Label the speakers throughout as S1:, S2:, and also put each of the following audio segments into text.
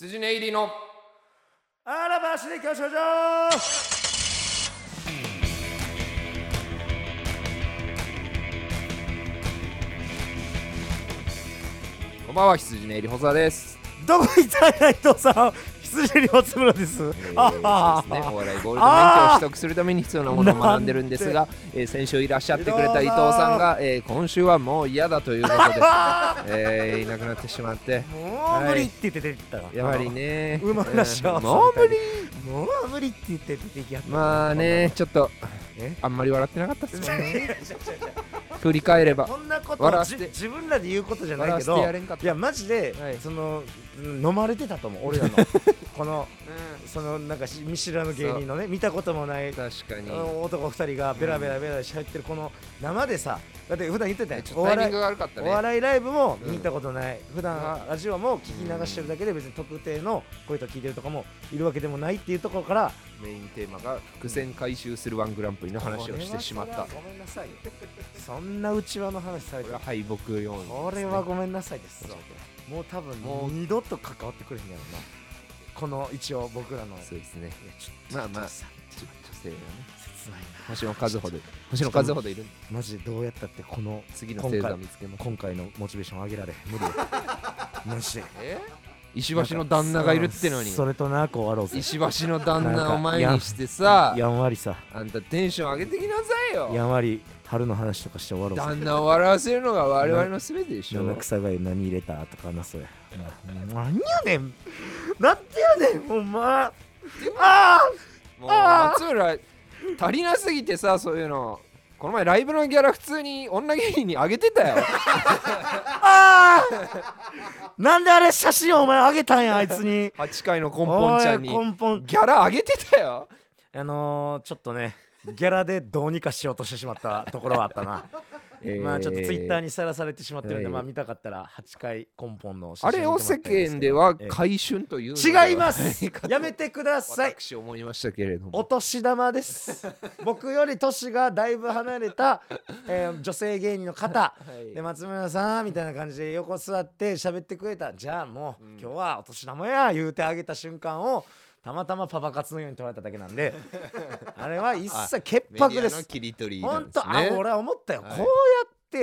S1: 羊ネイリの
S2: あらばしで教習所
S1: こんばんは羊ネイリ細田です
S2: どこ行ったんや伊藤さん羊におつむらです、
S1: え
S2: あ
S1: ーそ
S2: は
S1: うですね、お
S2: は
S1: 笑いゴールド免許を取得するために必要なものを学んでるんですが、えー先週いらっしゃってくれた伊藤さんが、えー今週はもう嫌だということで、 えーいなくなってしまって、
S2: もう無理って言って出てったら
S1: やはりね、
S2: 馬の話は
S1: うんもう無理、
S2: もう無理って言って出てきやった
S1: まあね、ちょっと
S2: え
S1: あんまり笑ってなかったですね。振り返れば、
S2: こんなこと
S1: 笑わ
S2: じ
S1: せて
S2: 自分らで言うことじゃない
S1: 笑
S2: け
S1: わせて
S2: ど
S1: やれんかった
S2: いやマジで、
S1: はい
S2: その飲まれてたと思う 俺らのこのそのなんかし見知らぬ芸人のね見たこともない
S1: 確かに
S2: あ。の男2人がベラベラベラベラしゃってるこの生でさだって普段言ってたやん
S1: ちょっ
S2: お
S1: とタイミ
S2: 笑
S1: ン
S2: い
S1: グが悪かった
S2: お
S1: ね。
S2: 笑いライブも
S1: うん
S2: 見たことない、普段
S1: あ
S2: ラジオも聞き流してるだけで別に特定の声と聞いてるとかもいるわけでもないっていうところから
S1: メインテーマが伏線回収するワングランプリの話をしてしまった
S2: これは。それはごめんなさいよそんな内輪の話され
S1: これ
S2: てる
S1: は敗北要因ですね。
S2: これはごめんなさいです
S1: 申し訳ない
S2: もう多分
S1: もう
S2: 二度と関わってくれへんやろなこの一応僕らのいや
S1: そうですね。
S2: ちょっと
S1: まあまあ
S2: ちょっとさ
S1: ちょ女性がね。
S2: 切ないな
S1: 星野和穂で。星野和穂でいるんだ
S2: マジでどうやったってこの
S1: 次の星
S2: 今
S1: 座
S2: 回
S1: 見つけます。
S2: 今回のモチベーション上げられへん無理よ マジで
S1: え石橋の旦那がいるってのに
S2: うん。それとなこうあろうぜ
S1: 石橋の旦
S2: なん
S1: 那
S2: か
S1: を前にしてさ、
S2: やんわりさ
S1: あんたテンション上げてきなさいよ。
S2: やんわり春の話とかして終わろうぜ
S1: 旦那を笑わせるのが我々の全てでしょ
S2: 七。草がゆ何入れたとかなそうや何やねんなんてやねんほんまああ
S1: もう
S2: あ
S1: 松浦足りなすぎてさそういうのこの前ライブのギャラ普通に女芸人にあげてたよ
S2: ああなんであれ写真をお前あげたんやあいつに
S1: 8回のコンポンちゃんに
S2: おいコンポン
S1: ギャラあげてたよ
S2: あのー、ちょっとねギャラでどうにかしようとしてしまったところはあったな、まあちょっとツイッター
S1: に
S2: にさらされてしまってるんで、
S1: はい
S2: まあ見たかったら8回コンポンの写
S1: あ
S2: 真
S1: れ
S2: を
S1: を
S2: 見てもら
S1: 世
S2: ったらいいす
S1: 間
S2: け
S1: で
S2: ど
S1: は
S2: ええ
S1: 回春というのでは
S2: 違いますやめてください
S1: 私思いましたけれど
S2: お
S1: も
S2: 年玉です 僕より年がだいぶ離れた、えー女性芸人の方
S1: はい
S2: で松村さんみたいな感じで横座って喋ってくれたじゃあもう、今日はお年玉や言うてあげた瞬間をたまたまパパ活のように取られただけな んであれは一切潔
S1: メデ
S2: 白
S1: ィ
S2: で
S1: アの
S2: す
S1: 切り取りなん
S2: 本
S1: です
S2: 当、あ
S1: ね
S2: 俺は思ったよ、
S1: はい
S2: こうやっ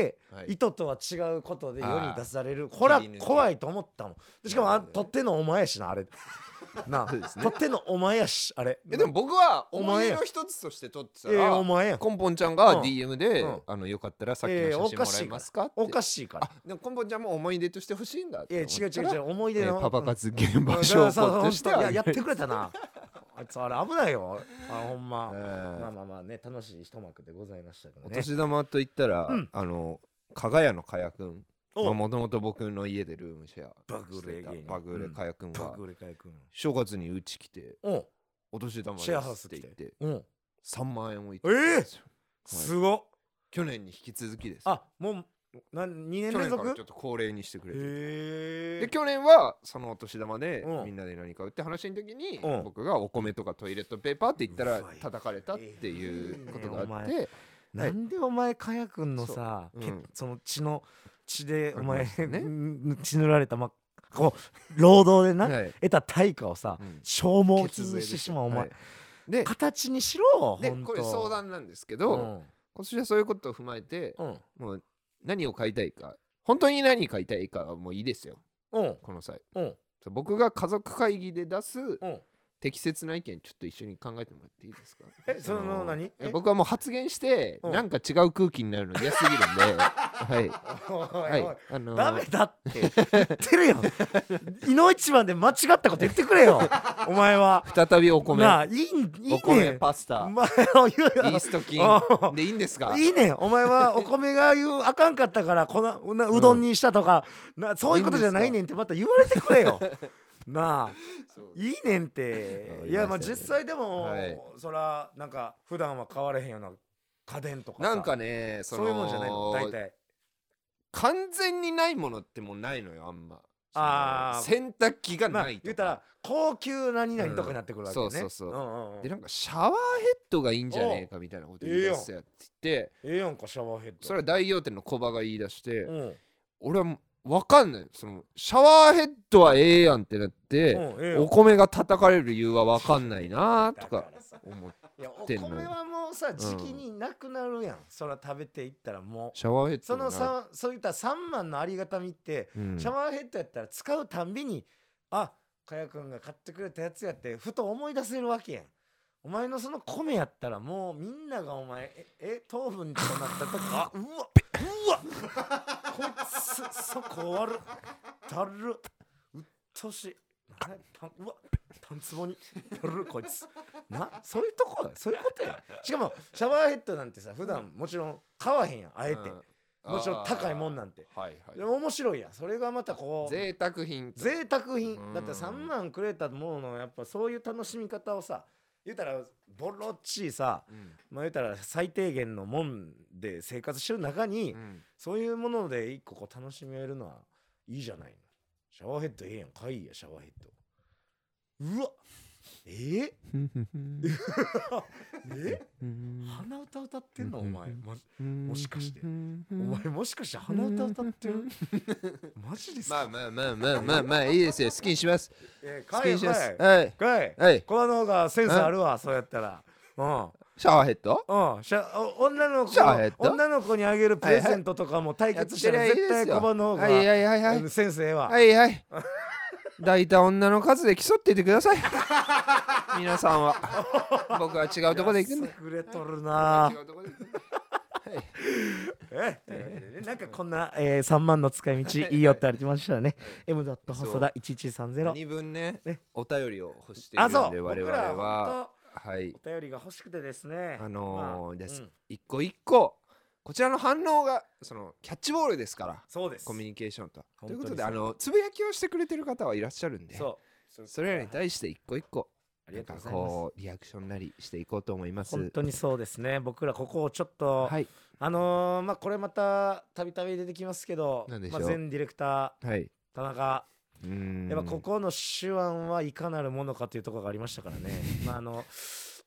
S2: て
S1: はい
S2: 意図とは違うことで世
S1: あ
S2: に
S1: ー
S2: 出されるこれは
S1: 切り抜け
S2: 怖いと思ったもんでしかも
S1: な
S2: あ
S1: るほどね
S2: 取ってんのお前やしなあれな あ、
S1: そうですね
S2: 取ってんのお前やしあれ
S1: えでも僕は
S2: お
S1: 思
S2: 前
S1: い
S2: や
S1: 出の一つとして撮ってた
S2: いやいやお
S1: ら
S2: 前やん
S1: コンポンちゃんが
S2: うん
S1: DM で、
S2: うん
S1: あのよかったらさっき
S2: ええ
S1: の写
S2: お
S1: 真も
S2: からし
S1: え
S2: いか
S1: ますか,、
S2: らおかしいから
S1: あでもコンポンちゃんも思い出として欲しいんだっ
S2: いや
S1: て
S2: 違
S1: 思っ
S2: う
S1: た
S2: 違う
S1: ら
S2: 違う思い出
S1: え
S2: の、
S1: ーパパ
S2: 活
S1: 活現場
S2: そ
S1: 証
S2: うそう
S1: 拠
S2: 本
S1: として
S2: 当い や
S1: は
S2: やってくれたなあいつあれ危ないよあほんま、
S1: ええ
S2: まあまあまあね楽しい一幕でございましたけど
S1: お
S2: ね
S1: 年玉と言ったら、
S2: うん
S1: あの加賀屋の加谷くん
S2: お
S1: もともと僕の家でルームシェア
S2: バグレ
S1: してた
S2: 芸人
S1: バグレ加谷くん
S2: バ
S1: が
S2: グレカイ君
S1: 正月にうち来て
S2: おう
S1: お年玉
S2: シェアハウ
S1: です
S2: ス
S1: って
S2: 来
S1: 言ってて
S2: うん
S1: 3万円をいただいたんですよ
S2: すごっ
S1: 去年に引き続きです
S2: あもうなん2年
S1: 去
S2: 連
S1: 年から
S2: 続
S1: ちょっと恒例にしてくれてて
S2: へえ
S1: で去年はそのお年玉で
S2: うん
S1: みんなで何か売って話の時に
S2: うん
S1: 僕がお米とかトイレットペーパーって言ったら
S2: うわ
S1: 叩かれたっていうことがあっ
S2: ええ
S1: て
S2: なんでお前カヤ君のさ
S1: そう
S2: け
S1: うん
S2: その血の血でお
S1: あ
S2: 前
S1: りましたね
S2: 血塗られたまこう労働でな、
S1: はい
S2: 得た対価をさ、
S1: うん
S2: 消耗
S1: 血税
S2: 品に
S1: で
S2: して
S1: す
S2: し
S1: よ
S2: まうお前、
S1: はいで
S2: 形にしろ
S1: で
S2: ほんと
S1: これ相談なんですけど、今年はそういうことを踏まえて、
S2: うんうん
S1: もう何を買いたいか本当に何買いたいかはもういいですよ
S2: うん
S1: この際
S2: うん
S1: 僕が家族会議で出す
S2: うん
S1: 適切な意見ちょっと一緒に考えてもらっていいですか
S2: えその何え
S1: 僕はもう発言して
S2: うん
S1: なんか違う空気になるの嫌すぎるんで はい
S2: おいお、
S1: はいいあのー
S2: ダメだって言って るよいの一番で間違ったこと言ってくれよお前は
S1: 再びお米
S2: なあいいいいね
S1: お米パスタ
S2: お前を
S1: イ
S2: 言う
S1: ー
S2: よ
S1: スト菌
S2: お
S1: でいいんですか
S2: いいねんお前はお米が言うあかんかったからこのうなうどんにしたとか、なそういうことじゃないねんってまた言われてく れよなあ
S1: そう
S2: いいねんって
S1: あ
S2: いや
S1: りま
S2: まあ
S1: したね
S2: 実際でも、
S1: はい
S2: そらなんか普段は買われへんような家電とかさ
S1: なんかね
S2: そ
S1: の
S2: ういうもんじゃないの大体
S1: 完全にないものってもうないのよあんま
S2: あー
S1: その洗濯機が
S2: まあ
S1: ない
S2: 言
S1: と
S2: った、
S1: から
S2: 高級何々とかになってくるわけね、
S1: うんそうそうそうん
S2: うんうん
S1: でなんかシャワーヘッドがいいんじゃねえかみたいなこと言い出すやつって言って
S2: ええやんかシャワーヘッド
S1: それは大洋店の小バが言い出して
S2: うん
S1: 俺はわかんないそのシャワーヘッドはええやんってなって、
S2: うんええよ
S1: お米が叩かれる理由はわかんないなと
S2: だ
S1: から
S2: さ
S1: 思う
S2: いやお
S1: て
S2: 米
S1: んのよ
S2: はもうさ時期になくなるやん、そら食べていったらもう
S1: シャワーヘッ
S2: そ
S1: ドも
S2: の
S1: な
S2: さそういった3万のありがたみって、
S1: うん
S2: シャワーヘッドやったら使うたんびにあかやくんが買ってくれたやつやってふと思い出せるわけやんお前のその米やったらもうみんながお前ええ糖分となった時あうわうわこいつそこ悪るだるうっとうしいなパンうわパンツボにだるこいつなそういうとこだそういうことやしかもシャワーヘッドなんてさ普段もちろん買わへんやんあえて、
S1: う
S2: もちろん高いもん
S1: な
S2: なんて
S1: はい
S2: で
S1: は
S2: も面白いやんそれがまたこ
S1: いう贅
S2: 贅
S1: 沢品と
S2: 沢品
S1: うん
S2: だって3万くれたもののやっぱそういう楽しみ方をさ言うたらボロっちいさ
S1: うん
S2: まあ言うたら最低限のもんで生活してる中に、
S1: うん
S2: そういうもので一個こう楽しめるのはいいじゃないのシャワーヘッドええやんかいいやシャワーヘッドうわえー、え鼻歌歌ってんのお前ま
S1: も
S2: しかして
S1: お
S2: お前もしかして鼻歌歌ってるマジです
S1: ま
S2: か、
S1: あまあまあまあまあまあいいですよ好きにします
S2: えー、
S1: 好
S2: か
S1: き
S2: い
S1: にします
S2: か
S1: はい
S2: いかい
S1: はい
S2: この方がセンスあるわそうやったらうん
S1: シャワーヘッド
S2: うん、しゃお女の子
S1: シャワーヘッド
S2: 女の子にあげるプレゼントとかも対
S1: やっ
S2: 決
S1: て
S2: した
S1: り
S2: ら
S1: ゃいい
S2: 絶
S1: で
S2: 対
S1: すよ
S2: 小判の方が、
S1: はいはいはいはい
S2: うんセンスええわ、
S1: はいはい大体女の数で競っていてくださ い皆さんは僕は違うとこで行くんで
S2: 優れとるな
S1: うとこで行くんで
S2: ええなんかこんな、えー、3万の使い道いいよってありましたね M. 細田1130
S1: 2分ね
S2: ね
S1: お便りを欲している
S2: あ
S1: ん
S2: そう
S1: で
S2: 僕
S1: 我々は
S2: らは
S1: はい
S2: お便りが欲しくてですね
S1: あのーです
S2: うん
S1: 一個一個こちらの反応がそのキャッチボールですから
S2: そうです
S1: コミュニケーションとは
S2: 本
S1: とい
S2: 当
S1: うこ
S2: にそ
S1: と
S2: う
S1: であのつぶやきをしてくれてる方はいらっしゃるんで
S2: そう
S1: それらに対して一個一個
S2: あり
S1: な
S2: が
S1: ん
S2: と
S1: か
S2: うございます
S1: こうリアクションなりしていこうと思います
S2: 本当にそうですね僕らここをちょっと、
S1: はい
S2: あのー、まあこれまたたびたび出てきますけど
S1: なんでしょ
S2: ま
S1: う
S2: あ、前ディレクタ
S1: はい
S2: ー田中
S1: うーん
S2: やっぱここの手腕はいかなるものかというところがありましたからね、 まああの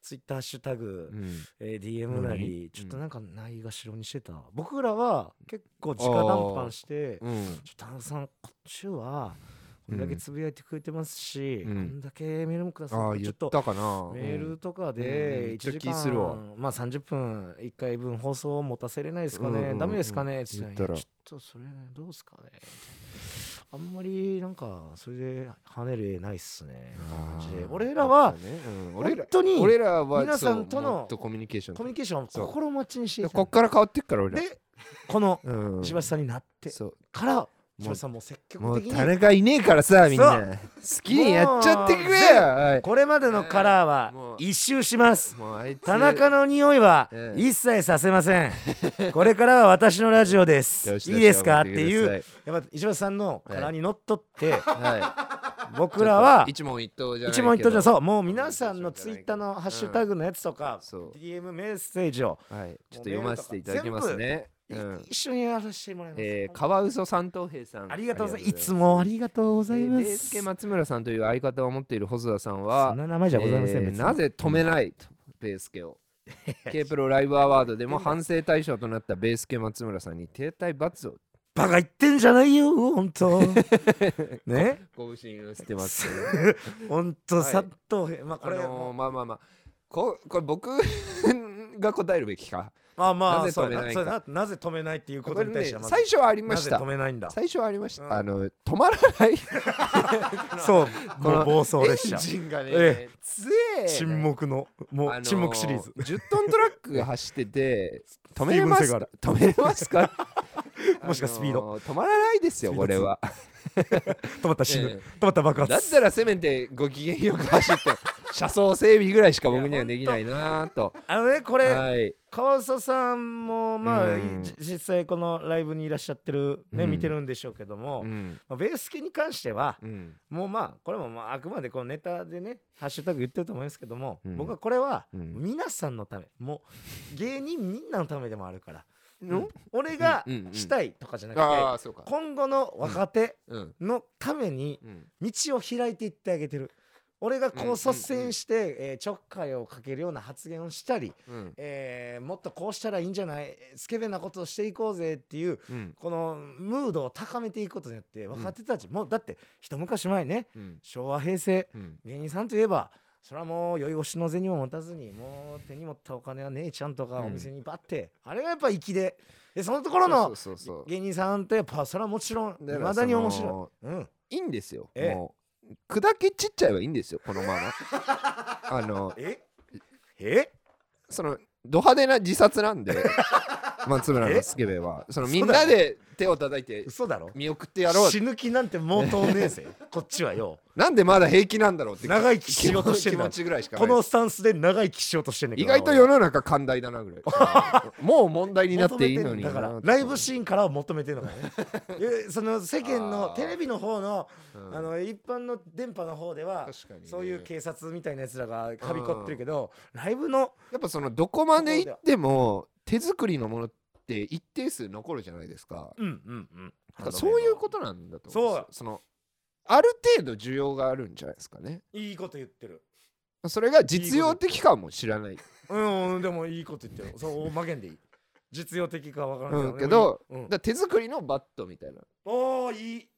S2: ツイッターハッシュタグ、
S1: うん
S2: えー DM な
S1: 何
S2: りちょっとなんかないがしろにしてた、僕らは結構直談判して
S1: うん
S2: ちょっと田中さんこっちはこれだけつぶやいてくれてますし、
S1: うん
S2: こんだけメールもくださ
S1: ああ
S2: いち
S1: 言
S2: ょ
S1: っ
S2: っと
S1: たかな
S2: メールとか
S1: うんうん
S2: で1
S1: めっ
S2: 時
S1: ちゃ気
S2: 間、
S1: するわ
S2: まあ30分1回分放送を持たせれないですか
S1: うんうんう
S2: ね、
S1: ん
S2: ダメですかねって言った
S1: 言
S2: らい
S1: ったら
S2: やちょっとそれどうですかねあんまりなんかそれで跳ねる絵ないっすねみたいな感じで
S1: あー
S2: 俺らは
S1: そうだねうん俺
S2: 本
S1: ら
S2: 当に
S1: 俺らは
S2: 皆さんとの
S1: そうもっとコミュニケーション
S2: コミュニケーションを
S1: そう
S2: 心待ちにしていた
S1: こっから変わってくから俺ら
S2: でこの
S1: うん
S2: 柴田さんになって
S1: そう
S2: から柴田さんも積極
S1: もう
S2: 的に
S1: 田中いねえからさみんな好きにやっちゃってくれよはい
S2: これまでのカラ
S1: ね
S2: ー
S1: えも
S2: は
S1: う
S2: 一周します
S1: もうあいつ
S2: 田中の匂いは
S1: ええ
S2: 一切させません、 これからは私のラジオで
S1: よ
S2: す
S1: し
S2: いいですかって
S1: よし
S2: い
S1: 頑張っ
S2: う
S1: て
S2: やっぱ石橋さんの殻にのっとって、
S1: は
S2: 僕らはい
S1: 一問一答じゃない
S2: 一
S1: けど
S2: 問一答じゃそうもう皆さんのツイッターのハッシュタグのやつとか、
S1: そう
S2: DM メッセージを
S1: はいちょっと読ませていただきますね
S2: い
S1: うん
S2: 一緒にやらせてもらいます、
S1: えー、カワウソ三等兵さん
S2: ありがとうございますいつもありがとうございま
S1: えーデイス
S2: す、
S1: ケ松村さんという相方を持っている細田さん
S2: そ
S1: は
S2: んな名前じゃございません、
S1: えー
S2: 別に
S1: なぜ止めないとベースケを K プロライブアワードでも反省対象となったベースケ松村さんに停滞罰を
S2: バカ言ってんじゃないよ 本当ね
S1: ご心をしてますけど、
S2: 本当
S1: はい
S2: さっと、まあこ
S1: あ
S2: れ、
S1: のーまあまあまあここれ僕が答えるべきか
S2: まあまあ
S1: なぜ止めないか
S2: そうやなそうやななぜ止めないっていうこ
S1: ことれ
S2: に対
S1: ね
S2: してはまず
S1: 最初はありま
S2: な
S1: し
S2: ぜ
S1: た
S2: 止めないんだ
S1: 最初はありました、
S2: うん
S1: あの止まらない
S2: そう
S1: こ
S2: も
S1: の
S2: う暴走
S1: エ
S2: 列車
S1: ンジンがね、
S2: え
S1: 強えね
S2: 沈黙のも
S1: あの
S2: う沈黙シリーズ
S1: 10トントラックが走って て止め
S2: テ
S1: れ
S2: ィーブン
S1: ま
S2: セ
S1: すか
S2: ガール
S1: 止めれますか
S2: もしくはスピード
S1: あのー止まらないですよ
S2: スピード
S1: これは
S2: 止まったら死
S1: え
S2: ぬ止まったら爆
S1: だっ
S2: 発
S1: たらせめてご機嫌よく走って 車窓整備ぐらいしか僕にはできないなぁと
S2: あのねこれ
S1: はい
S2: 川里さんもまあ
S1: うん
S2: じ実際このライブにいらっしゃってるね
S1: うん
S2: 見てるんでしょうけども
S1: うん
S2: まあベース系に関しては
S1: うん
S2: もうまあこれもまああくまでこのネタでねハッシュタグ言ってると思いますけども
S1: うん
S2: 僕はこれは
S1: うん
S2: 皆さんのためもう芸人みんなのためでもあるから
S1: の
S2: 俺が
S1: うんうんうん
S2: したいとかじゃなくて
S1: ああそうか
S2: 今後の若手
S1: うん
S2: のために
S1: うん
S2: 道を開いていってあげてる俺が
S1: うん
S2: こう
S1: うん
S2: 率先して、えーちょっかいをかけるような発言をしたり、
S1: うん
S2: えーもっとこうしたらいいんじゃないスケベなことをしていこうぜっていう
S1: うん
S2: このムードを高めていくことによって若手たち、もうだって一昔前ね
S1: うん
S2: 昭和平成
S1: うん
S2: 芸人さんといえばそれはもう酔い越しの銭も持たずにもう手に持ったお金は姉ちゃんとかお店にバッて、あれがやっぱ粋ででそのところの
S1: そうそうそうそう
S2: 芸人さんってやっぱそれはもちろんい
S1: から
S2: まだに面
S1: そ
S2: 白
S1: の
S2: い。うん、
S1: いいんですよ
S2: ええ
S1: もう砕けちっちゃいはいいんですよこのま まあの
S2: ええ
S1: そのド派手な自殺なん で松村のスケベはそのみんなで手を叩いて
S2: 嘘だろ
S1: 見送ってやろう
S2: 死ぬ気なんてもうとうね えぜこっちはよ
S1: なんでまだ平気なんだろうって
S2: 長生きしようとしてん
S1: 気
S2: だ
S1: 持ちぐらいしかない
S2: このスタンスで長生きしようとしてんねん
S1: 意外と世の中寛大だな ぐらいもう問題になっていいのにな
S2: だからライブシーンからは求めてるの かねえその世間の
S1: あー
S2: テレビの方の
S1: うん
S2: あの一般の電波の方では
S1: 確かにね
S2: そういう警察みたいなやつらがかびこってるけどライブの
S1: やっぱそのどこまで行っても手作りのものって一定数残るじゃないですか
S2: うんうんうん
S1: だからそういうことなんだと思うんですよそのある程度需要があるんじゃないですかね
S2: いいこと言ってる
S1: それが実用的かも知らない
S2: うんうんでもいいこと言ってるそう大まけんでいい実用的かわから
S1: うんん
S2: け
S1: け
S2: ど
S1: ど
S2: うん
S1: だから手作りのバットみたいな
S2: おおいい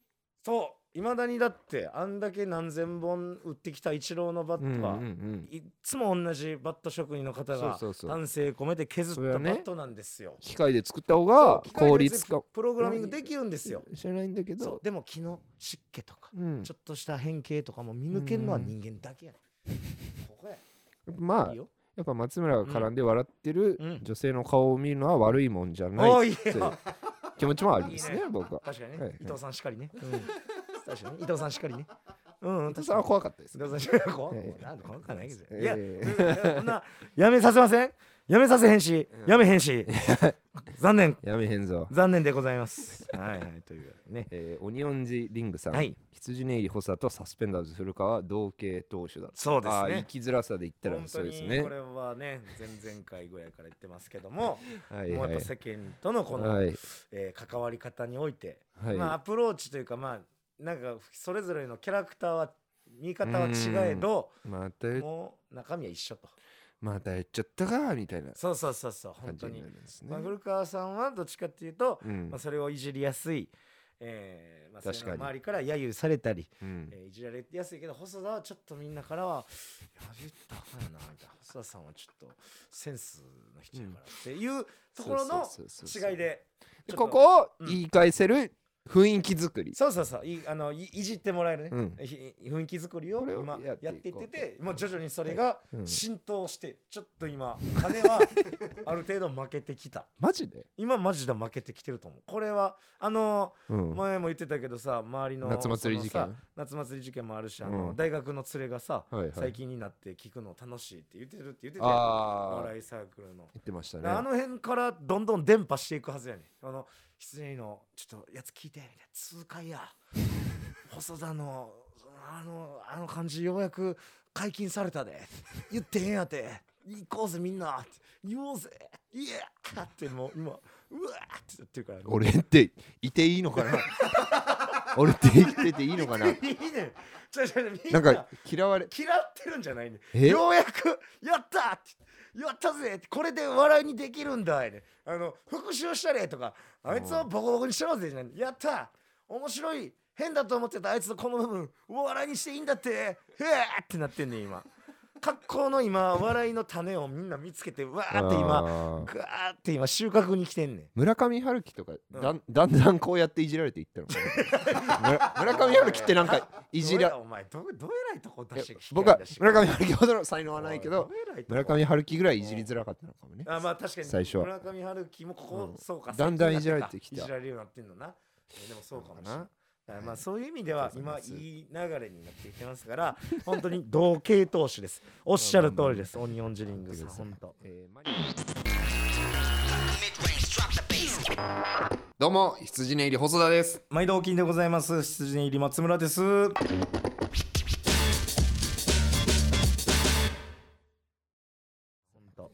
S2: そういまだにだってあんだけ何千本売ってきたイチローのバットは、
S1: うんうん
S2: いっつも同じバット職人の方が
S1: そうそうそう
S2: 丹精込めて削っ
S1: それは
S2: た
S1: ね
S2: バットなんですよ。
S1: 機械で作った方が
S2: そう
S1: 効率
S2: 機械
S1: か
S2: でプログラミングできるんですよ。
S1: 知らないんだけ
S2: そう
S1: ど
S2: でも気の湿気とか、
S1: うん
S2: ちょっとした変形とかも見抜けるのは人間だけやね、ここや
S1: まあ
S2: いいよ。
S1: やっぱ松村が絡んで笑ってる
S2: うんうん
S1: 女性の顔を見るのは悪いもんじゃない
S2: お
S1: っ
S2: おいい
S1: ていう
S2: よ。
S1: 気持ちもありますね
S2: いいね
S1: 僕は。
S2: 確かにね、
S1: はいはい
S2: 伊藤さんしかりね。うん、確かに伊藤さんしかりね。うん、うん、
S1: 伊藤
S2: 確
S1: さん
S2: か
S1: は
S2: に。
S1: 怖かったです
S2: 伊。藤さんしかり怖
S1: え
S2: い
S1: え
S2: なんで怖くはないけど。
S1: え
S2: いや、
S1: え
S2: そんなやめさせませんやめさせへんし、やめへん し残念
S1: やめへんぞ。
S2: 残念でございますはいはいというね
S1: えーオニオンジリングさん、
S2: はい
S1: 羊ネイリ補佐とサスペンダーズ古川は同系投手だと
S2: そうです
S1: あー
S2: ね
S1: 生きづらさで言ったら
S2: 本
S1: そ
S2: 当
S1: うです
S2: に
S1: ね
S2: こ。れはね前々回ぐらいから言ってますけども
S1: はい
S2: も
S1: は
S2: うやっぱ
S1: い
S2: 世間とのこの
S1: はい
S2: えー関わり方において
S1: はい
S2: まあアプローチというかまあなんかそれぞれのキャラクターは見方は違えど
S1: また言っ
S2: もう中身は一緒と
S1: また言っちゃったかみたいな
S2: そうそうそうそう本
S1: 感じ
S2: 当
S1: に
S2: に
S1: なるんですね
S2: まあ。古川さんはどっちかっていうと
S1: うん
S2: まあ、それをいじりやすい、えーまあ、
S1: 確かに
S2: それが周りから揶揄されたり、
S1: うん
S2: えーいじられやすいけど細田はちょっとみんなからは「やべったかやな」みたいな細田さんはちょっとセンスの人やからっていうところの
S1: そうそうそうそう
S2: 違いで
S1: で
S2: ちょっと
S1: ここを
S2: うん
S1: 言い返せる雰囲気作り。
S2: そうそうそういあのいいじってもらえるね、
S1: うん
S2: ひ雰囲気作りを
S1: これを
S2: 今
S1: や
S2: や
S1: っ
S2: って
S1: いこう
S2: ていっててもう徐々にそれが
S1: うん
S2: 浸透してちょっと今 金はある程度負けてきた
S1: マジで、
S2: 今マジで負けてきてると思うこれはあのー
S1: うん
S2: 前も言ってたけどさ周りの
S1: 夏祭り事件
S2: そのさ夏祭り事件もあるしあの、
S1: うん
S2: 大学の連れがさ、
S1: はいはい
S2: 最近になって聞くの楽しいって言ってるって言っててお
S1: ああ
S2: 笑いサークルの、
S1: 言ってましたね。
S2: あの辺からどんどん伝播していくはずやねあの羊のちょっとやつ聞いてみたいな痛 快や細田のそのあのあの感じようやく解禁されたで言ってへんやて行こうぜみんなって言おうぜイエーってもう今うわーってやってるから、
S1: 俺っていていいのかな俺って生きてていいのかない
S2: いねん。ちょちょみん
S1: な
S2: なん
S1: か嫌われ
S2: 嫌ってるんじゃないねん。
S1: え
S2: ようやくやったってやったぜってこれで笑いにできるんだいね。あの復讐したれとかあいつをボコボコにしろぜじゃないやった面白い変だと思ってたあいつのこの部分お笑いにしていいんだってへえってなってんねん今。格好の今笑いの種をみんな見つけてわーって今
S1: あー
S2: ぐわーって今収穫に来てんねん。
S1: 村上春樹とか
S2: うん
S1: だんだんだんこうやっていじられていったのかな村村上春樹って なんかいじ
S2: どう
S1: ら
S2: やお前どうどうえらいとこ出して
S1: え
S2: きてん
S1: 僕
S2: だ
S1: は
S2: し
S1: 村上春樹ほどの才能はないけど
S2: おいどうえらいとこ
S1: 村上春樹ぐらいいじりづらかったのかもね
S2: あまあ確かに
S1: 最初は
S2: 村上春樹もここ、
S1: うん
S2: そうか
S1: だんだんい
S2: 最近になっ
S1: じられてきた
S2: いじられるようになってんのなえでもそうかもし
S1: な
S2: れな
S1: の
S2: い
S1: かな
S2: だからまあそういう意味では
S1: ありがとうご
S2: 今い
S1: ざいます
S2: い流れになっていってますから本当に同系投手 ですおっしゃる通りですオニオンジュリングさん本当
S1: えーマリどうも羊ネイリ細田です
S2: 毎度お金でございます羊入り松村です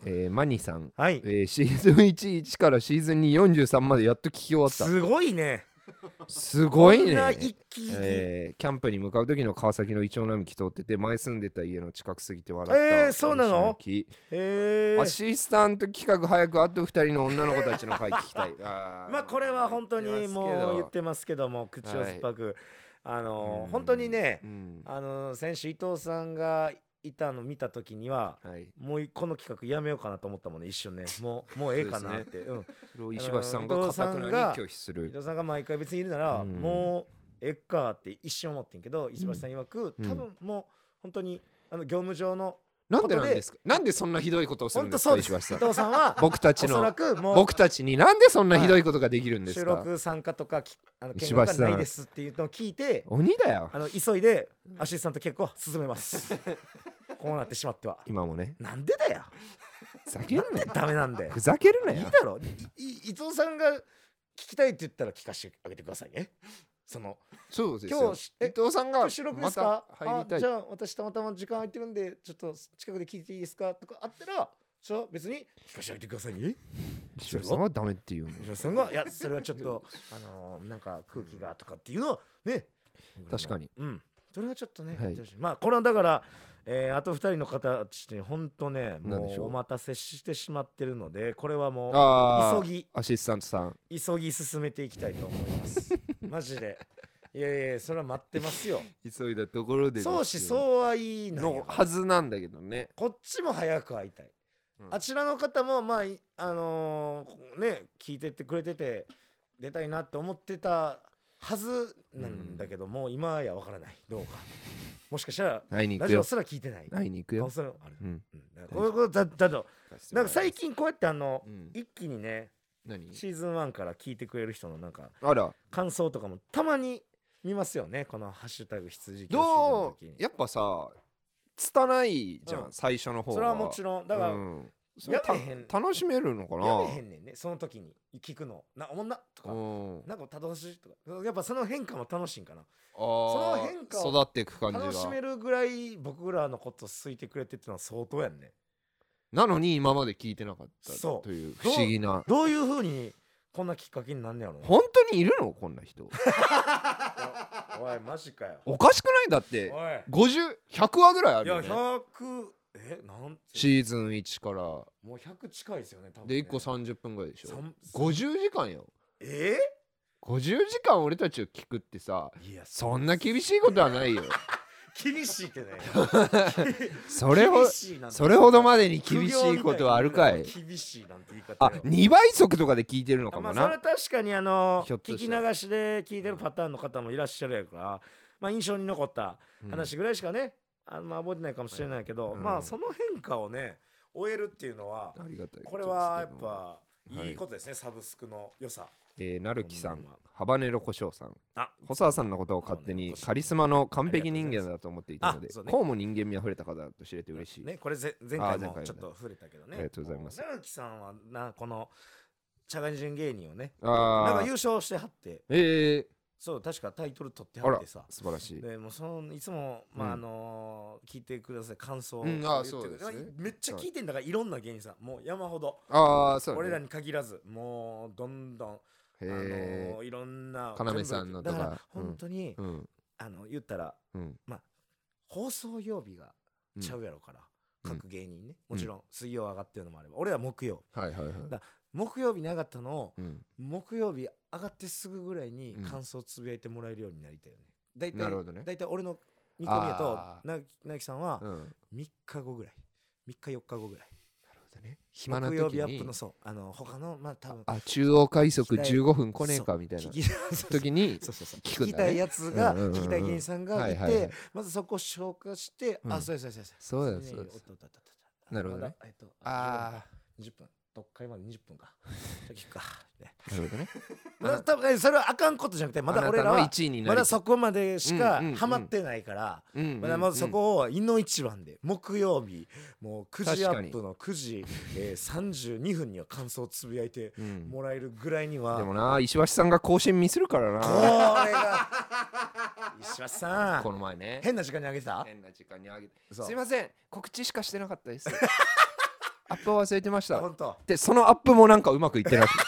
S1: えーマニさん
S2: はい
S1: えーシーズン11からシーズン243までやっと聞き終わった
S2: すごいね
S1: すごい
S2: こんな
S1: ね。
S2: 一気に、
S1: えーキャンプに向かう時の川崎のイチョウ並木通ってて前住んでた家の近くすぎて笑った、
S2: えーそうな
S1: 私
S2: の
S1: 泣き
S2: えー
S1: アシスタント企画早くあと2人の女の子たちの会聞き たいあー
S2: まあこれは本当にもう言ってますけども口を酸っぱく、あのー本当にね、
S1: うん
S2: あのー選手伊藤さんがいたの見た時には
S1: はい、
S2: もうこの企画やめようかなと思ったもんね一瞬ねもうもうええかなってう、
S1: それを石橋さんがかたくなに拒否す
S2: ん、伊
S1: る
S2: 藤さんが毎回別にいるなら、
S1: うん
S2: もうええかって一瞬思ってんけど石橋さん曰く、
S1: うん
S2: 多分もう本当にあの業務上の
S1: なんでなんですかなんでそんなひどいことをするん
S2: 本
S1: で
S2: 当
S1: す
S2: そう
S1: か
S2: で
S1: 石
S2: す
S1: 橋
S2: 伊
S1: さん
S2: 藤さんは
S1: 僕たち
S2: おそら
S1: の
S2: くもう
S1: 僕たちになんでそんなひどいことができるんです
S2: 収
S1: か、
S2: 録参加とかきあの見
S1: 石
S2: 学
S1: 橋
S2: が
S1: さん
S2: ないですっていうのを聞いて
S1: 鬼だよ
S2: あの急いでアシスタント結構進めます。 こうなってしまっては。
S1: 今もね
S2: なんでだよ。
S1: ふざけるなよ
S2: ダメなんで。
S1: ふざけるない
S2: い
S1: よ
S2: だろ。いい伊藤さんが聞きたいって言ったら聞かせてあげてくださいね。その
S1: そうです
S2: 今
S1: よ
S2: 日し
S1: 伊
S2: え
S1: 藤さんが
S2: 今日収録で
S1: ます
S2: か
S1: た。入りた
S2: あ
S1: い
S2: じゃあ私たまたま時間空いてるんでちょっと近くで聞いていいですかとかあったら。じゃあ別に聞かせてあげてくださいね。
S1: 石橋さんはダメって言うの
S2: 伊藤さんがいやそれはちょ っとあのーなんか空気がとかっていうのはね。
S1: 確かに。
S2: うん、それはちょっとね、
S1: はい
S2: やってほしいまあこれはだから、えーあと2人の方たちに本当ね
S1: なん
S2: も
S1: でしょ
S2: う
S1: う
S2: お待たせしてしまってるのでこれはも
S1: ああ
S2: う急ぎ
S1: アシスタントさん
S2: 急ぎ進めていきたいと思います マジでいやいやそれは待ってますよ
S1: 急いだところで
S2: 相思相愛な
S1: の
S2: の
S1: はずなんだけどね
S2: こっちも早く会いたい、
S1: うん
S2: あちらの方もまあいあのーね聞いてってくれてて出たいなって思ってたはずなんだけども、今やわからないどうかもしかしたら
S1: 会いに行
S2: ラ
S1: く
S2: ジオ
S1: よ
S2: すら聞いてない
S1: 会いに行く
S2: あ
S1: よ
S2: それある
S1: うん
S2: うんなんかこういうことだだとなんか最近こうやってあの、
S1: うん
S2: 一気にね
S1: 何
S2: シーズン1から聞いてくれる人のなんか
S1: あら
S2: 感想とかもたまに見ますよねこの「ハッシュタグ羊教習の
S1: ど
S2: 時
S1: う
S2: に
S1: やっぱさ拙いじゃん、
S2: うん
S1: 最初の方
S2: それはもち
S1: ろん
S2: ろんだから、
S1: うん、それ
S2: やめへん
S1: た楽しめるのかな
S2: やめへんねんねその時に聞くのなおもんなとか、
S1: うん、
S2: なんか楽しいとかやっぱその変化も楽しいんかな
S1: あー
S2: その変化を
S1: 育っていく感じ
S2: 楽しめ
S1: が
S2: るぐらい僕らのこと好いてくれてってのは相当 やんね
S1: なのに今まで聞いてなかった
S2: そう
S1: という不思議な
S2: どういうふうにこんなきっかけになんねやろな
S1: 本当にいるのこんな 人
S2: おいマジかよおい
S1: おかしくないだって50100話ぐらいあ
S2: い
S1: る
S2: や
S1: よ、ね、
S2: 100えなん
S1: シーズン1から
S2: もう100近いですよね多分ね
S1: で1個30分ぐらいでしょ
S2: 三
S1: 50時間よ
S2: え
S1: 50時間俺たちを聞くってさ
S2: ーいや
S1: そんな厳しいことは ないよ
S2: 厳しいけどね
S1: それほ
S2: 厳しいなんて
S1: それほどまでに厳しいことはあるかい
S2: 厳しいなんて言い方
S1: あ
S2: よ
S1: 2倍速とかで聞いてるのか
S2: ま
S1: も
S2: あ、それ
S1: な
S2: は確かにあの
S1: ひょっと
S2: 聞
S1: し
S2: き
S1: たら
S2: 流しで聞いてるパターンの方もいらっしゃるやろから、まあ、印象に残った話ぐらいしかね、あんま覚えてないかもしれないけど、
S1: うん
S2: まあその変化をね終えるっていうのは
S1: うんありがたい
S2: これ
S1: とですけど
S2: はやっぱ
S1: はい
S2: いいことですね、サブスクの良さ
S1: えー、なるきさ
S2: こん
S1: ん
S2: ばんは、
S1: ハバネロ胡椒さん、
S2: あ
S1: 細田さんのことを勝手にカリスマの完璧人間だと思っていたので
S2: あ、そうね
S1: こうも人間味あふれた方だと知れて嬉しい。
S2: ね、これぜ前
S1: あ
S2: 回
S1: ー前
S2: も
S1: 回
S2: ちょっと触れたけどね
S1: ありがとうございます
S2: 長木さんはなこの茶が人芸人をねなん
S1: あ
S2: か
S1: あ
S2: 優、勝してはって
S1: え
S2: そう確かタイトル取っ
S1: ー、
S2: て
S1: あ
S2: はっ
S1: ら
S2: てさ、
S1: 素晴らしい。
S2: でもうそのいつも、ま
S1: うん
S2: ああのー聞いてください感想を
S1: うんあーそう
S2: く
S1: ですね
S2: めっちゃ聞いてんだからいろんな芸人さんもう山ほど、
S1: ああ、そうだね
S2: 俺らに限らずもうどんどん、あ
S1: へ
S2: のーいろんな
S1: 要さんのと
S2: だ
S1: か
S2: から
S1: うん
S2: 本当に、
S1: え、うん、
S2: あの言ったら
S1: うん、
S2: 放送曜日が
S1: うん
S2: ちゃうやろから、
S1: うん
S2: 各芸人ねもちろん水曜上がってるのもあれば、俺ら木曜
S1: はいはいはい。
S2: だ木曜日に上がったのを
S1: うん、
S2: 木曜日上がってすぐぐらいに
S1: うん
S2: 感想をつぶやいてもらえるようになりたいよね。だいた
S1: ないるほどね
S2: だいたい俺の見込みやと
S1: あー
S2: ななきさんは
S1: うん、なる
S2: 3日後ぐらい3日4日後ぐらい
S1: ほどね。暇な
S2: 木曜
S1: 時
S2: 日アップ
S1: に
S2: の、そうあの他のまあ多分
S1: あ、中央快速
S2: 聞きたい
S1: 15分来ねえかみたいな
S2: 聞き そう
S1: 時に、
S2: そうそう
S1: 聞くん
S2: 聞き
S1: だね
S2: たいやつが
S1: うんうんうんうん
S2: 聞きたい芸人さんがい
S1: はいはいは
S2: て
S1: い
S2: まずそこを消化して
S1: うん
S2: あそうやそうやそうや
S1: そう
S2: や
S1: やそうや
S2: おっとおっとおっとおっと
S1: なるほどね
S2: まだえっと
S1: あ
S2: 20分読解まで20分か じゃあ聞くかね
S1: あ、なるほどね。
S2: まだ多分えそれはあかんことじゃなくてまだ俺
S1: あ
S2: ら
S1: なたの
S2: は
S1: 一位にな
S2: ま
S1: り
S2: だそこまでしか
S1: うんうんうん
S2: ハマってないから、
S1: うんうんうん
S2: まだまずそこをいの一番で木曜日もう9時アップの9時、えー、32分には感想をつぶやいて
S1: うん
S2: もらえるぐらいには、
S1: で
S2: こ
S1: もな、石橋さんが更新見せるからな。
S2: れが石橋さ
S1: こ
S2: ん
S1: の前ね。
S2: 変な時間にあげてた
S1: 変な時間にあげて
S2: 嘘
S1: すいません告知しかしてなかった ですアップを忘れてました
S2: 本当
S1: でそのアップもなんかうまくいってなくて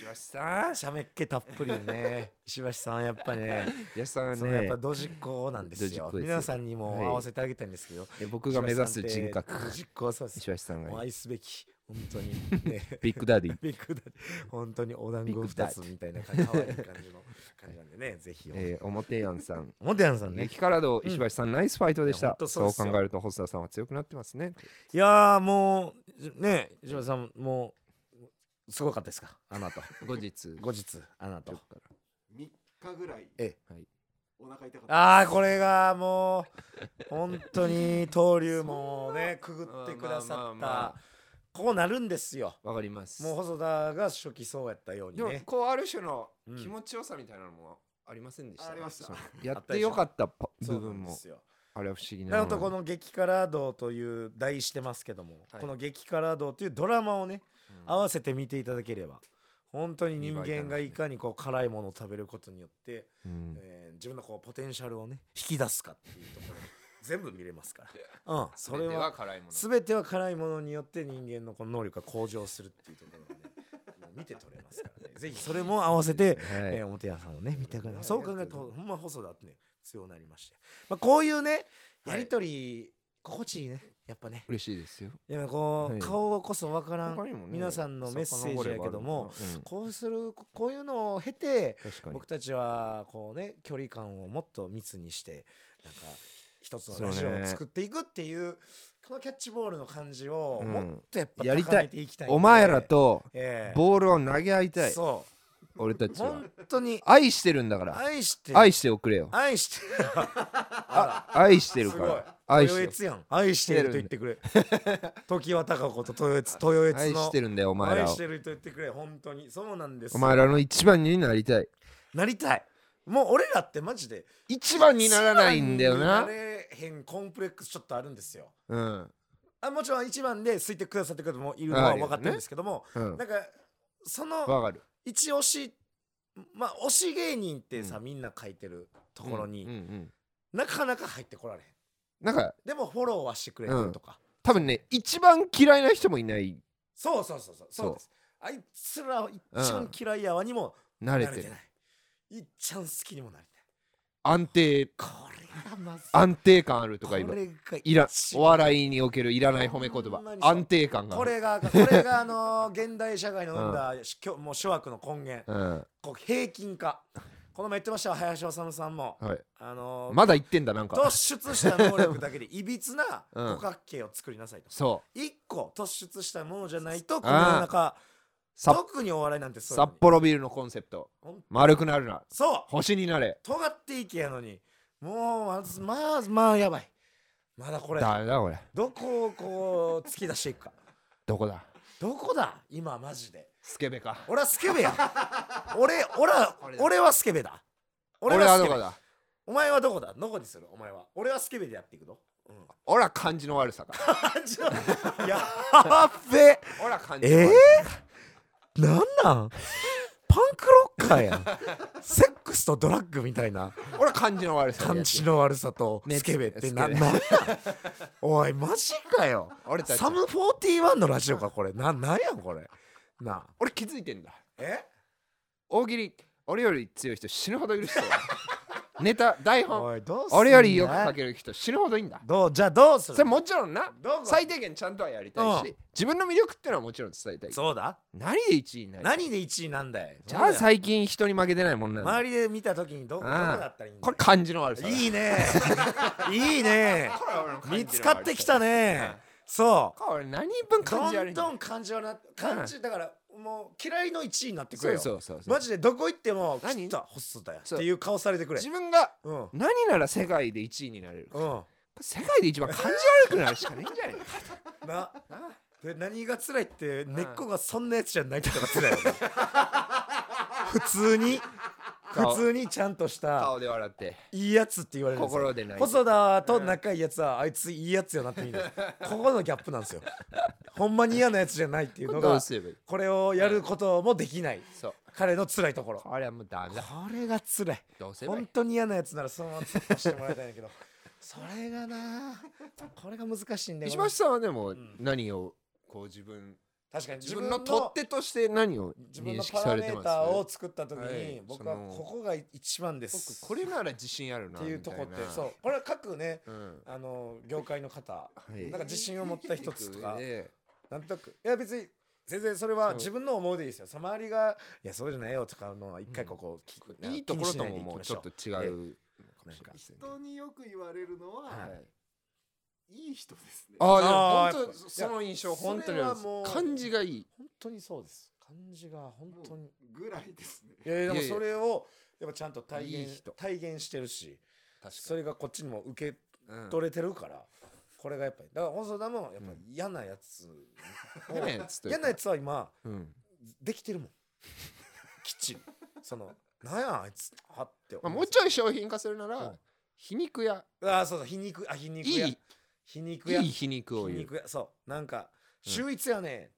S1: 石橋さん
S2: しゃべっ気たっぷり でね石橋さんやっぱね
S1: 吉さんは
S2: そのやっ
S1: ね
S2: ぱドジっ子なんです
S1: ドジっ
S2: よ
S1: 子ですよ
S2: 皆さんにも合わせてあげたいんですけど、
S1: え僕が目指す人
S2: 石橋さんって
S1: 格
S2: ドジっ子そうです
S1: 石橋さん
S2: もう
S1: が
S2: 愛すべき本当に、ね、
S1: ビッグ ダディ
S2: ビッグダディ本当にお団子
S1: ビッグダ
S2: 2
S1: デ
S2: つ
S1: ィ
S2: みたいな感じ可愛い感じの感じなんでねぜひ
S1: えー、表やんさん。
S2: モテヤンさんね
S1: 激辛道石橋さん、ナイスファイトでし
S2: いや
S1: た
S2: ほん。とそ
S1: そう
S2: っ
S1: う
S2: すよ
S1: 考えると、細田さんは強くなってますね。
S2: いやーもうね石橋さんもうすごかったですかあの後
S1: 後日、
S2: 後日あの後
S3: 3日ぐらい
S2: え
S3: お腹痛かった
S2: ああこれがもう本当に登竜門を ねくぐってくだ
S1: まあ
S2: さっ
S1: まあま
S2: たこうなるんですよ
S1: わかります。
S2: もう細田が初期そうやったように
S1: でも、
S2: ね
S1: こうある種の
S2: うん
S1: 気持ちよさみたいなのもありませんでした。
S3: ありました
S1: そのやってよかったパ部
S2: そうな
S1: 分
S2: んで
S1: も
S2: す。よ
S1: あれは不思議な
S2: な
S1: も
S2: ん
S1: の。
S2: とこの「激辛道」という題してますけども、
S1: はい
S2: この「激辛道」というドラマをね、
S1: うん
S2: 合わせて見ていただければ本当に人
S1: 見栄え楽し
S2: 間が
S1: み
S2: いかにこう辛いものを食べることによって、
S1: うん
S2: えー自分のこうポテンシャルをね引き出すかっていうところ全部見れますから、うん、それ
S1: 全て
S2: は
S1: 辛いもの。
S2: 全ては辛いものによって人間のこの能力が向上するっていうところがねもう見て取れますからね ぜひそれも合わせて
S1: はい
S2: えー、おもてやさんをね見てくださ
S3: はいい
S2: そう考え
S3: あ
S2: る
S3: りが
S2: と
S3: とうご
S2: ほんま細だってね強になりまして、まあ、こういうね
S3: は
S2: や
S3: い
S2: りとり、心地いいねやっぱね
S1: 嬉しいですよ。
S2: でもこう、
S1: はい
S2: 顔こそわからん
S1: にも
S2: 皆さんのメッセージやけども、
S1: 遡ればあるのか
S2: こうするこういうのを経て
S1: なうん確かに
S2: 僕。たちはこうね距離感をもっと密にしてなんか一つのラジ
S1: そ
S2: オ
S1: う
S2: を
S1: ね
S2: 作っていくっていうこのキャッチボールの感じを
S1: うん
S2: もっとやっぱ
S1: やり
S2: 高
S1: たい
S2: めていきたいんで、
S1: お前らと
S2: ええ
S1: ボールを投げ合いたい。
S2: そ
S1: 俺た
S2: う
S1: ちは
S2: 本。当に
S1: 愛してるんだから。
S2: 愛してる
S1: 愛しておくれ よ。
S2: 愛してるあ
S1: 愛してるか
S2: すごい
S1: ら。愛して
S2: 豊
S1: る
S2: 悦やん愛してると言ってくれ時は高子と豊悦豊
S1: 愛
S2: 悦の
S1: してるんだよ、お前ら
S2: 愛
S1: を
S2: し。てると言ってくれ本当にそうなんです
S1: お前らの一番になりたい。
S2: なりたいもう俺らってマジで
S1: 一番にならないんだよ
S2: 一番に
S1: な
S2: な。れへんコンプレックスちょっとあるんですよ
S1: うん。
S2: あもちろん一番で好いてくださってる方もいるのは分かってるんですけども、
S1: うん。
S2: なんかその
S1: わかる。
S2: 一押しまあ推し芸人ってさ、
S1: う
S2: みんな書いてるところに、
S1: うんうんうん
S2: なかなか入ってこられへん
S1: なんか、
S2: でもフォローはしてくれてるとか、
S1: 多分ね、一番嫌いな人もいない。
S2: そうそうそうそうそうですあいつらを一番嫌いやわにも
S1: 慣
S2: 慣
S1: れ
S2: れ
S1: て
S2: て
S1: る
S2: な。いいっちゃん好きにもなりたい
S1: 安定、
S2: これがまず
S1: 安定感あると
S2: こ
S1: か
S2: れ
S1: 今。
S2: が
S1: いら、お
S2: い
S1: 笑いにおけるいらない褒め言
S2: ほんま
S1: 葉
S2: に。そう
S1: 安定感があ
S2: こ
S1: る。
S2: れがこれがあのー現代社会の生んだしきょもう諸悪の根源
S1: うん。
S2: こう平均化この前言ってましたよ林修さんも
S1: はい。
S2: あのー
S1: まだ言ってんだ、なんか
S2: 突。出した能力だけでいびつな
S1: うん
S2: 五角形を作りなさいと
S1: そう。
S2: 一個突出したものじゃないとこの世の中
S1: さ
S2: 特にお笑いなんてそう
S1: 札幌ビールのコンセプト。
S2: ほん
S1: 丸くなるな。
S2: そう
S1: 星になれ。
S2: 尖っていけやのにもうまずまあまあやばいまだこれ
S1: だめだ、これ。
S2: どこをこう突き出していくか
S1: どこだ
S2: どこだ今マジで
S1: スケベか。
S2: 俺はスケベや 俺俺は俺はスケベだ俺
S1: 俺は
S2: はス
S1: ど
S2: ケベ
S1: こだ
S2: お前はどこだどこにするお前は俺はスケベでやっていくの、うん、
S1: 俺は感じの悪さ か。
S2: 感じのやっべ
S1: 俺は感じの
S2: え
S1: 悪
S2: ー
S1: さ。、
S2: なんなんパンクロッカーやんセックスとドラッグみたいな
S1: 俺は感じの悪さでや
S2: 感
S1: ってる
S2: じの悪さと
S1: ね
S2: スケベってな
S1: スケベ
S2: なんなんおいマジかよ
S1: 俺たち
S2: サム41のラジオかこれななんやんこれなあ
S1: 俺気づいてんだ
S2: え
S1: 大喜利俺より強い人死ぬほどいる 人ネタ台本
S2: おいどうすんだ
S1: 俺よりよく書ける人死ぬほどいいんだ
S2: どうじゃあどうする
S1: それもちろんな
S2: どうぞ
S1: 最低限ちゃんとはやりたいし自分の魅力ってのはもちろん伝えたい
S2: そうだ
S1: 何で1位になる
S2: 何で1位なんだい
S1: じゃあ最近人に負けてないもんなんだ
S2: 周りで見た時にどどこだったらいいんだ
S1: こ
S2: い
S1: れ感じの悪さだ
S2: いい ねいいね
S1: これ俺の感じの悪さ
S2: 見つかってきたねそ
S1: これ何分
S2: う
S1: 感
S2: ど
S1: じ悪い
S2: ん
S1: んだ
S2: どん感じはな感じだからもう嫌いの1位になってく
S1: そ
S2: れ
S1: う
S2: よ
S1: そうそうそう
S2: マジでどこ行っても
S1: 何
S2: 来たホストだよって
S1: そう
S2: いう顔されてくれ
S1: 自分が
S2: うんうん
S1: 何なら世界で1位になれるか世界で一番感じ悪くなるしかないんじゃないか
S2: な
S1: な
S2: で何が辛いって根っこがそんなやつじゃないってのが辛いよ ね普通に
S1: 顔
S2: 普通にちゃんとした
S1: 顔で笑って
S2: いいやつって言われるんですよ
S1: 心でない
S2: 細田と仲いいやつはあいついいやつよなってみ るここのギャップなんですよほんまに嫌なやつじゃないっていうの
S1: ど
S2: が
S1: うすればいい
S2: これをやることもできない
S1: そう
S2: 彼の辛いところこ
S1: これはもうダメだ
S2: れが辛い
S1: どうすればいい
S2: 本当に嫌なやつならそのまま突っ走ってもらいたいんだ けどそれがなこれが難しいんだよ
S1: 石橋さんはでも
S2: ん
S1: 何をこう自分
S2: 確かに
S1: 自分の取っ手として何を
S2: 自分
S1: 認
S2: の
S1: 識
S2: パ
S1: さ
S2: ラ
S1: れ
S2: メ
S1: て
S2: ー
S1: ま
S2: ターを
S1: す
S2: 作った時に、
S1: はい
S2: 僕は
S1: その
S2: ここが一番です
S1: 僕これなら自信あるな
S2: っていうとこっ
S1: み
S2: て
S1: たな
S2: そうこれは各ね
S1: うん
S2: あの業界の方
S1: はい
S2: なんか自信を持った一つとか
S1: で
S2: なんとなくいや別に全然それは自分の思うでいいですよさ周りが「いやそうじゃないよ」とかのは一回ここ、なんか
S1: いいところと
S2: 気にしない
S1: も
S2: でいき
S1: もう
S2: まし
S1: ちょっと違う
S2: なんか
S3: 人によく言われるのは、
S2: はい
S3: い、い人ですね
S1: ああで
S2: あー
S1: も本
S2: やっ
S1: 当
S2: ぱ
S1: その印
S2: い
S1: 象
S2: や
S1: 本当
S2: そ
S1: に
S2: れ
S1: あ
S2: は
S1: る
S2: もう
S1: 感じがいい
S2: 本当にそうです漢字が本当に
S3: ぐらいですね
S2: いやいやでも
S1: いやいや
S2: それをやっぱちゃんと体現
S1: いい人
S2: 体現してるし
S1: 確
S2: それがこっちにも受け
S1: うん
S2: 取れてるから、これがやっぱりだから細田もやっぱ嫌なやつを、
S1: 嫌なやつというか
S2: 嫌なやつは今
S1: うん
S2: できてるもん きっちりそのなんやあいつはって
S1: まあもう
S2: ち
S1: ちょい商品化するな
S2: う
S1: ら
S2: ん
S1: 皮肉屋
S2: ょあそうそう皮肉あ皮肉
S1: い
S2: や
S1: い
S2: 皮肉
S1: い
S2: や
S1: い皮肉を
S2: 皮
S1: 言う
S2: 肉やそうなんか
S1: うん
S2: 秀逸やね、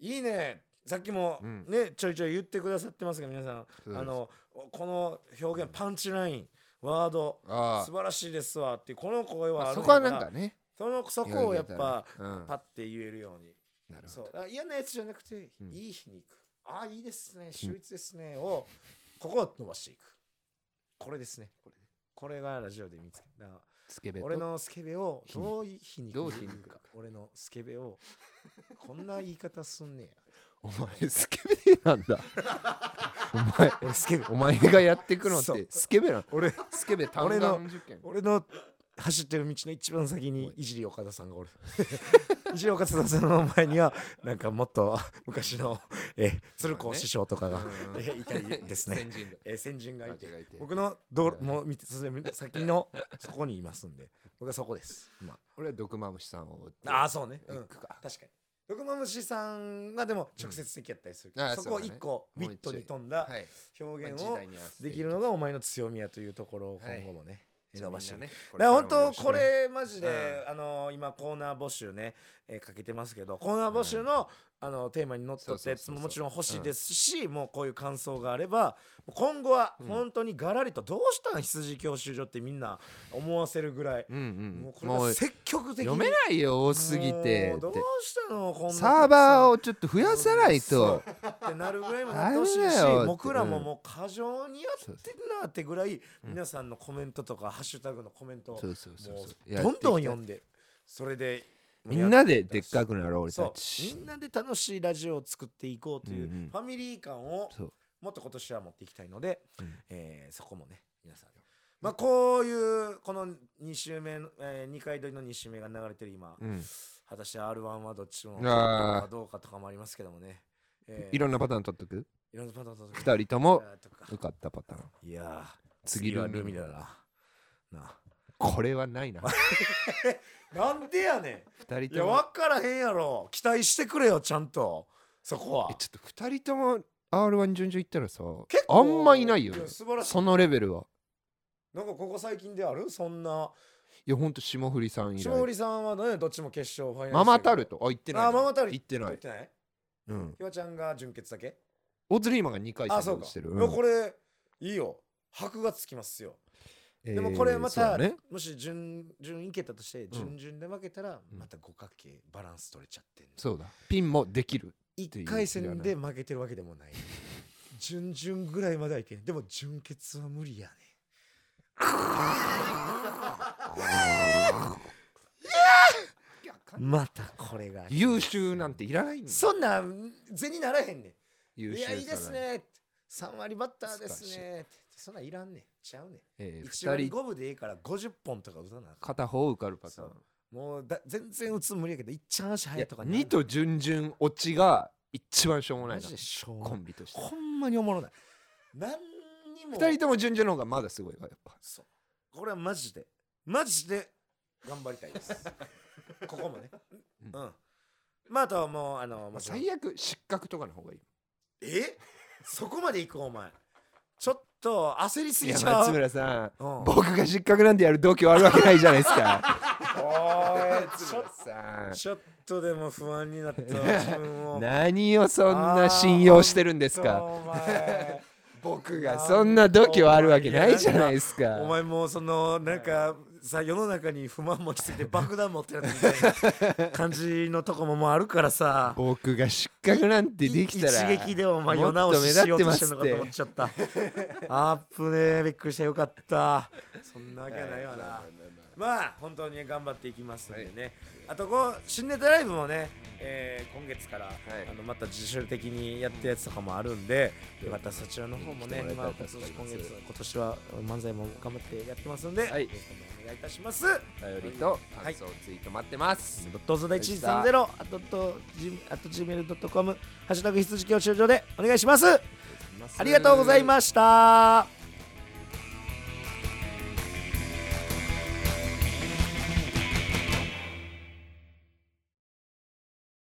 S2: いいねさっきも
S1: うん
S2: ね、ちょいちょい言ってくださってますが皆さん
S1: そうです
S2: あのこの表現パンチラインワード
S1: あ
S2: 素晴らしいですわっていうこの声
S1: あ
S2: は
S1: まあ
S2: ある
S1: そ
S2: ん
S1: こは
S2: や
S1: なん
S2: ら
S1: かね
S2: そのそこをやっぱ
S1: うん
S2: パッて言えるように
S1: なるほ
S2: そう
S1: ど
S2: だから嫌なやつじゃなくて、
S1: うん
S2: いい皮肉ああいいですね秀逸ですね、をここを伸ばしていくこれですねこれがラジオで見つけた
S1: スケベと
S2: 俺のスケベをどうい皮肉
S1: どう
S2: に
S1: 皮
S2: 言う
S1: 肉
S2: か俺のスケベをこんな言い方すんねや
S1: お前スケベなんだお前
S2: 俺スケベ
S1: お前がやってくのっ
S2: そう
S1: てスケベなの
S2: 俺
S1: スケベ単
S2: 俺の
S1: 眼受験
S2: 俺の走ってる道の一番先に
S1: おい
S2: いじり岡田さんがおる いじり岡田さんの前にはなんかもっと 昔のえ
S1: そ
S2: 鶴
S1: う
S2: 光
S1: ね
S2: 師匠とかが、
S1: うん
S2: えいたりですね
S1: 先人だ
S2: え先人がい
S1: 先
S2: て
S1: 人がいて
S2: 僕の道
S1: は
S2: 路
S1: い
S2: もう見て進む先のそこにいますんで僕はそこです、ま
S1: 俺は毒マムシさんを追って
S2: あ、ああそうね、うん、
S1: 行
S2: 確
S1: くか
S2: かに毒マムシさんがでも直接的やったりするけど、
S1: うんああ
S2: そこ
S1: そう
S2: を
S1: だ
S2: 一
S1: ね
S2: 個ウィットに飛んだ
S1: はい
S2: 表
S1: まあ
S2: 現
S1: 時
S2: を
S1: 代に合わせて
S2: できるのがお前の強みやというところを今後もね、
S1: じゃあ
S2: 伸ばしていく
S1: みんなね
S2: だから本
S1: れからもよろ
S2: 当
S1: しくね
S2: これマジで、あの今コーナー募集ね、えーかけてますけどコーナー募集の,、あのテーマにのっとったやつ
S1: そうそうそう
S2: も
S1: そう
S2: もちろん欲しいですし、もうこういう感想があれば今後は本当にガラリと、どうしたん羊教習所ってみんな思わせるぐらい、
S1: うんうん
S2: もうこれ
S1: も
S2: が
S1: う
S2: 積極的に
S1: 読めないよ多すぎて
S2: もうどう
S1: って
S2: したのこんな
S1: サーバー
S2: を
S1: をちょっと増やさないと
S2: ってなるぐらいもなってほしい
S1: ダメ
S2: し
S1: だよって
S2: 僕らも
S1: うん
S2: もう過剰にやってんなってぐらい皆さんのコメントとかハッシュタグのコメントを
S1: そうそうそう
S2: も
S1: そう
S2: う
S1: や
S2: どんどん
S1: っていきたい
S2: 読んでそれで
S1: みんなででっ
S2: く
S1: かくなろう俺
S2: そ
S1: た
S2: う
S1: ち
S2: みんなで楽しいラジオを作っていこうという
S1: うんうん
S2: ファミリー感を
S1: そう
S2: もっと今年は持っていきたいので、
S1: うん
S2: えーそこもね皆さんまあこういうこの2週目の、え2回撮りの2週目が流れてる今、
S1: うん
S2: 果たして R1 はどっちの
S1: あー
S2: どうかとかもありますけどもね、えー
S1: いろんなパターン取っとく
S2: いろんなパターンと
S1: 二人とも
S2: とか
S1: 受かったパターン
S2: いやー
S1: 次はルミ
S2: だなな
S1: これはない な
S2: なんでやね
S1: 二
S2: ん
S1: 人
S2: いや
S1: とも
S2: 分からへんやろ期待してくれよちゃんとそこは
S1: えちょっと二人とも R1 順々行ったらさ
S2: 結構
S1: あんまいないよね
S2: や素晴らしい
S1: そのレベルは
S2: なんかここ最近であるそんない
S1: やほんと霜降りさん以
S2: 下降
S1: 来
S2: りさんはねどっちも決勝ファイナル
S1: ママタルトあ行ってないな
S2: あママタルト
S1: 行ってな
S2: 言っ
S1: い
S2: てない
S1: うん
S2: ひわちゃんが純潔だけ
S1: オーズリーマンが2回
S2: あ
S1: 戦
S2: そう
S1: 落
S2: か
S1: ちてる
S2: いやこれいいよ箔がつきますよでもこれまた、もし順順位いけたとして順々で負けたら、
S1: うん
S2: また五角形バランス取れちゃってんの
S1: そうだピンもできる
S2: 一回戦で負けてるわけでも ない。準々ぐらいまではいけん。でも準決は無理やね。またこれが。
S1: 優秀なんていらないんだ
S2: そんなん銭ならへんねん。
S1: 優
S2: い
S1: 秀
S2: や、
S1: さ
S2: いいです
S1: なんて、
S2: ね。3割バッターですね。そんなんいらんねん。ちゃうねん。
S1: えー、
S2: 1割
S1: 2人
S2: 5分でいいから50本とか打たなあかん
S1: 片方受かるパターン
S2: もうだ全然打つの無理やけど、いっちゃん足
S1: い
S2: 早
S1: や
S2: いとか
S1: 2と順々落ちが一番しょうもな
S2: マ
S1: いな
S2: ジでしょうも
S1: コ
S2: ない
S1: ンビとして
S2: ほんまにおもろない。何にも。
S1: 2人とも順々の方がまだすごいわやっぱ
S2: そう。これはマジで、マジで頑張りた いです。ここもね。
S1: うん
S2: うん。まあ、あとはもう、あの、もちろん
S1: 最悪失格とかの方がいい
S2: えそこまで行く、お前。ちょっと焦りす
S1: い
S2: ぎ
S1: や
S2: ちゃ
S1: 松
S2: う。
S1: 村さん
S2: うん、おい
S1: 僕が失格なんてやる度胸あるわけないじゃないですか
S2: ちょ
S1: さ
S2: ちょっとでも不安になったわ自分
S1: あ
S2: を
S1: 何をそんな信用してるんです
S2: ちょっと
S1: か
S2: お前僕
S1: いや
S2: が
S1: そんな度胸あるわけないじゃないですか
S2: お前もうそのなんかさ世の中に不満持ちつい て爆弾持ってるやつみたいな感じのとこももうあるからさ
S1: 僕が失格なんてできたら
S2: い一撃でお前
S1: も
S2: 世
S1: っと
S2: 直ししようとしてるのか
S1: 目
S2: と
S1: 立って
S2: 思
S1: ま
S2: っちゃったあっぶねえびっくりしたよかったそんなわけはないわなまあ本当に頑張っていきますんでね、あとこう新ネタライブもね、えー今月から、あのまた自主的にやったやつとかもあるんでよかったらそちらの方もね、
S1: 来ても
S2: ま
S1: ら
S2: あ、
S1: えた
S2: 今
S1: ら助
S2: 年
S1: か
S2: 今
S1: ります
S2: 月今年は漫才も頑張ってやってますんで、
S1: はい
S2: よろしくお願いいたします
S1: 頼りと
S2: は
S1: 感
S2: い
S1: 想ツイート待ってます、
S2: ドットゾで130あととじあと gmail.com ハッシュタグ羊教習所でお願いしますありがとうございました。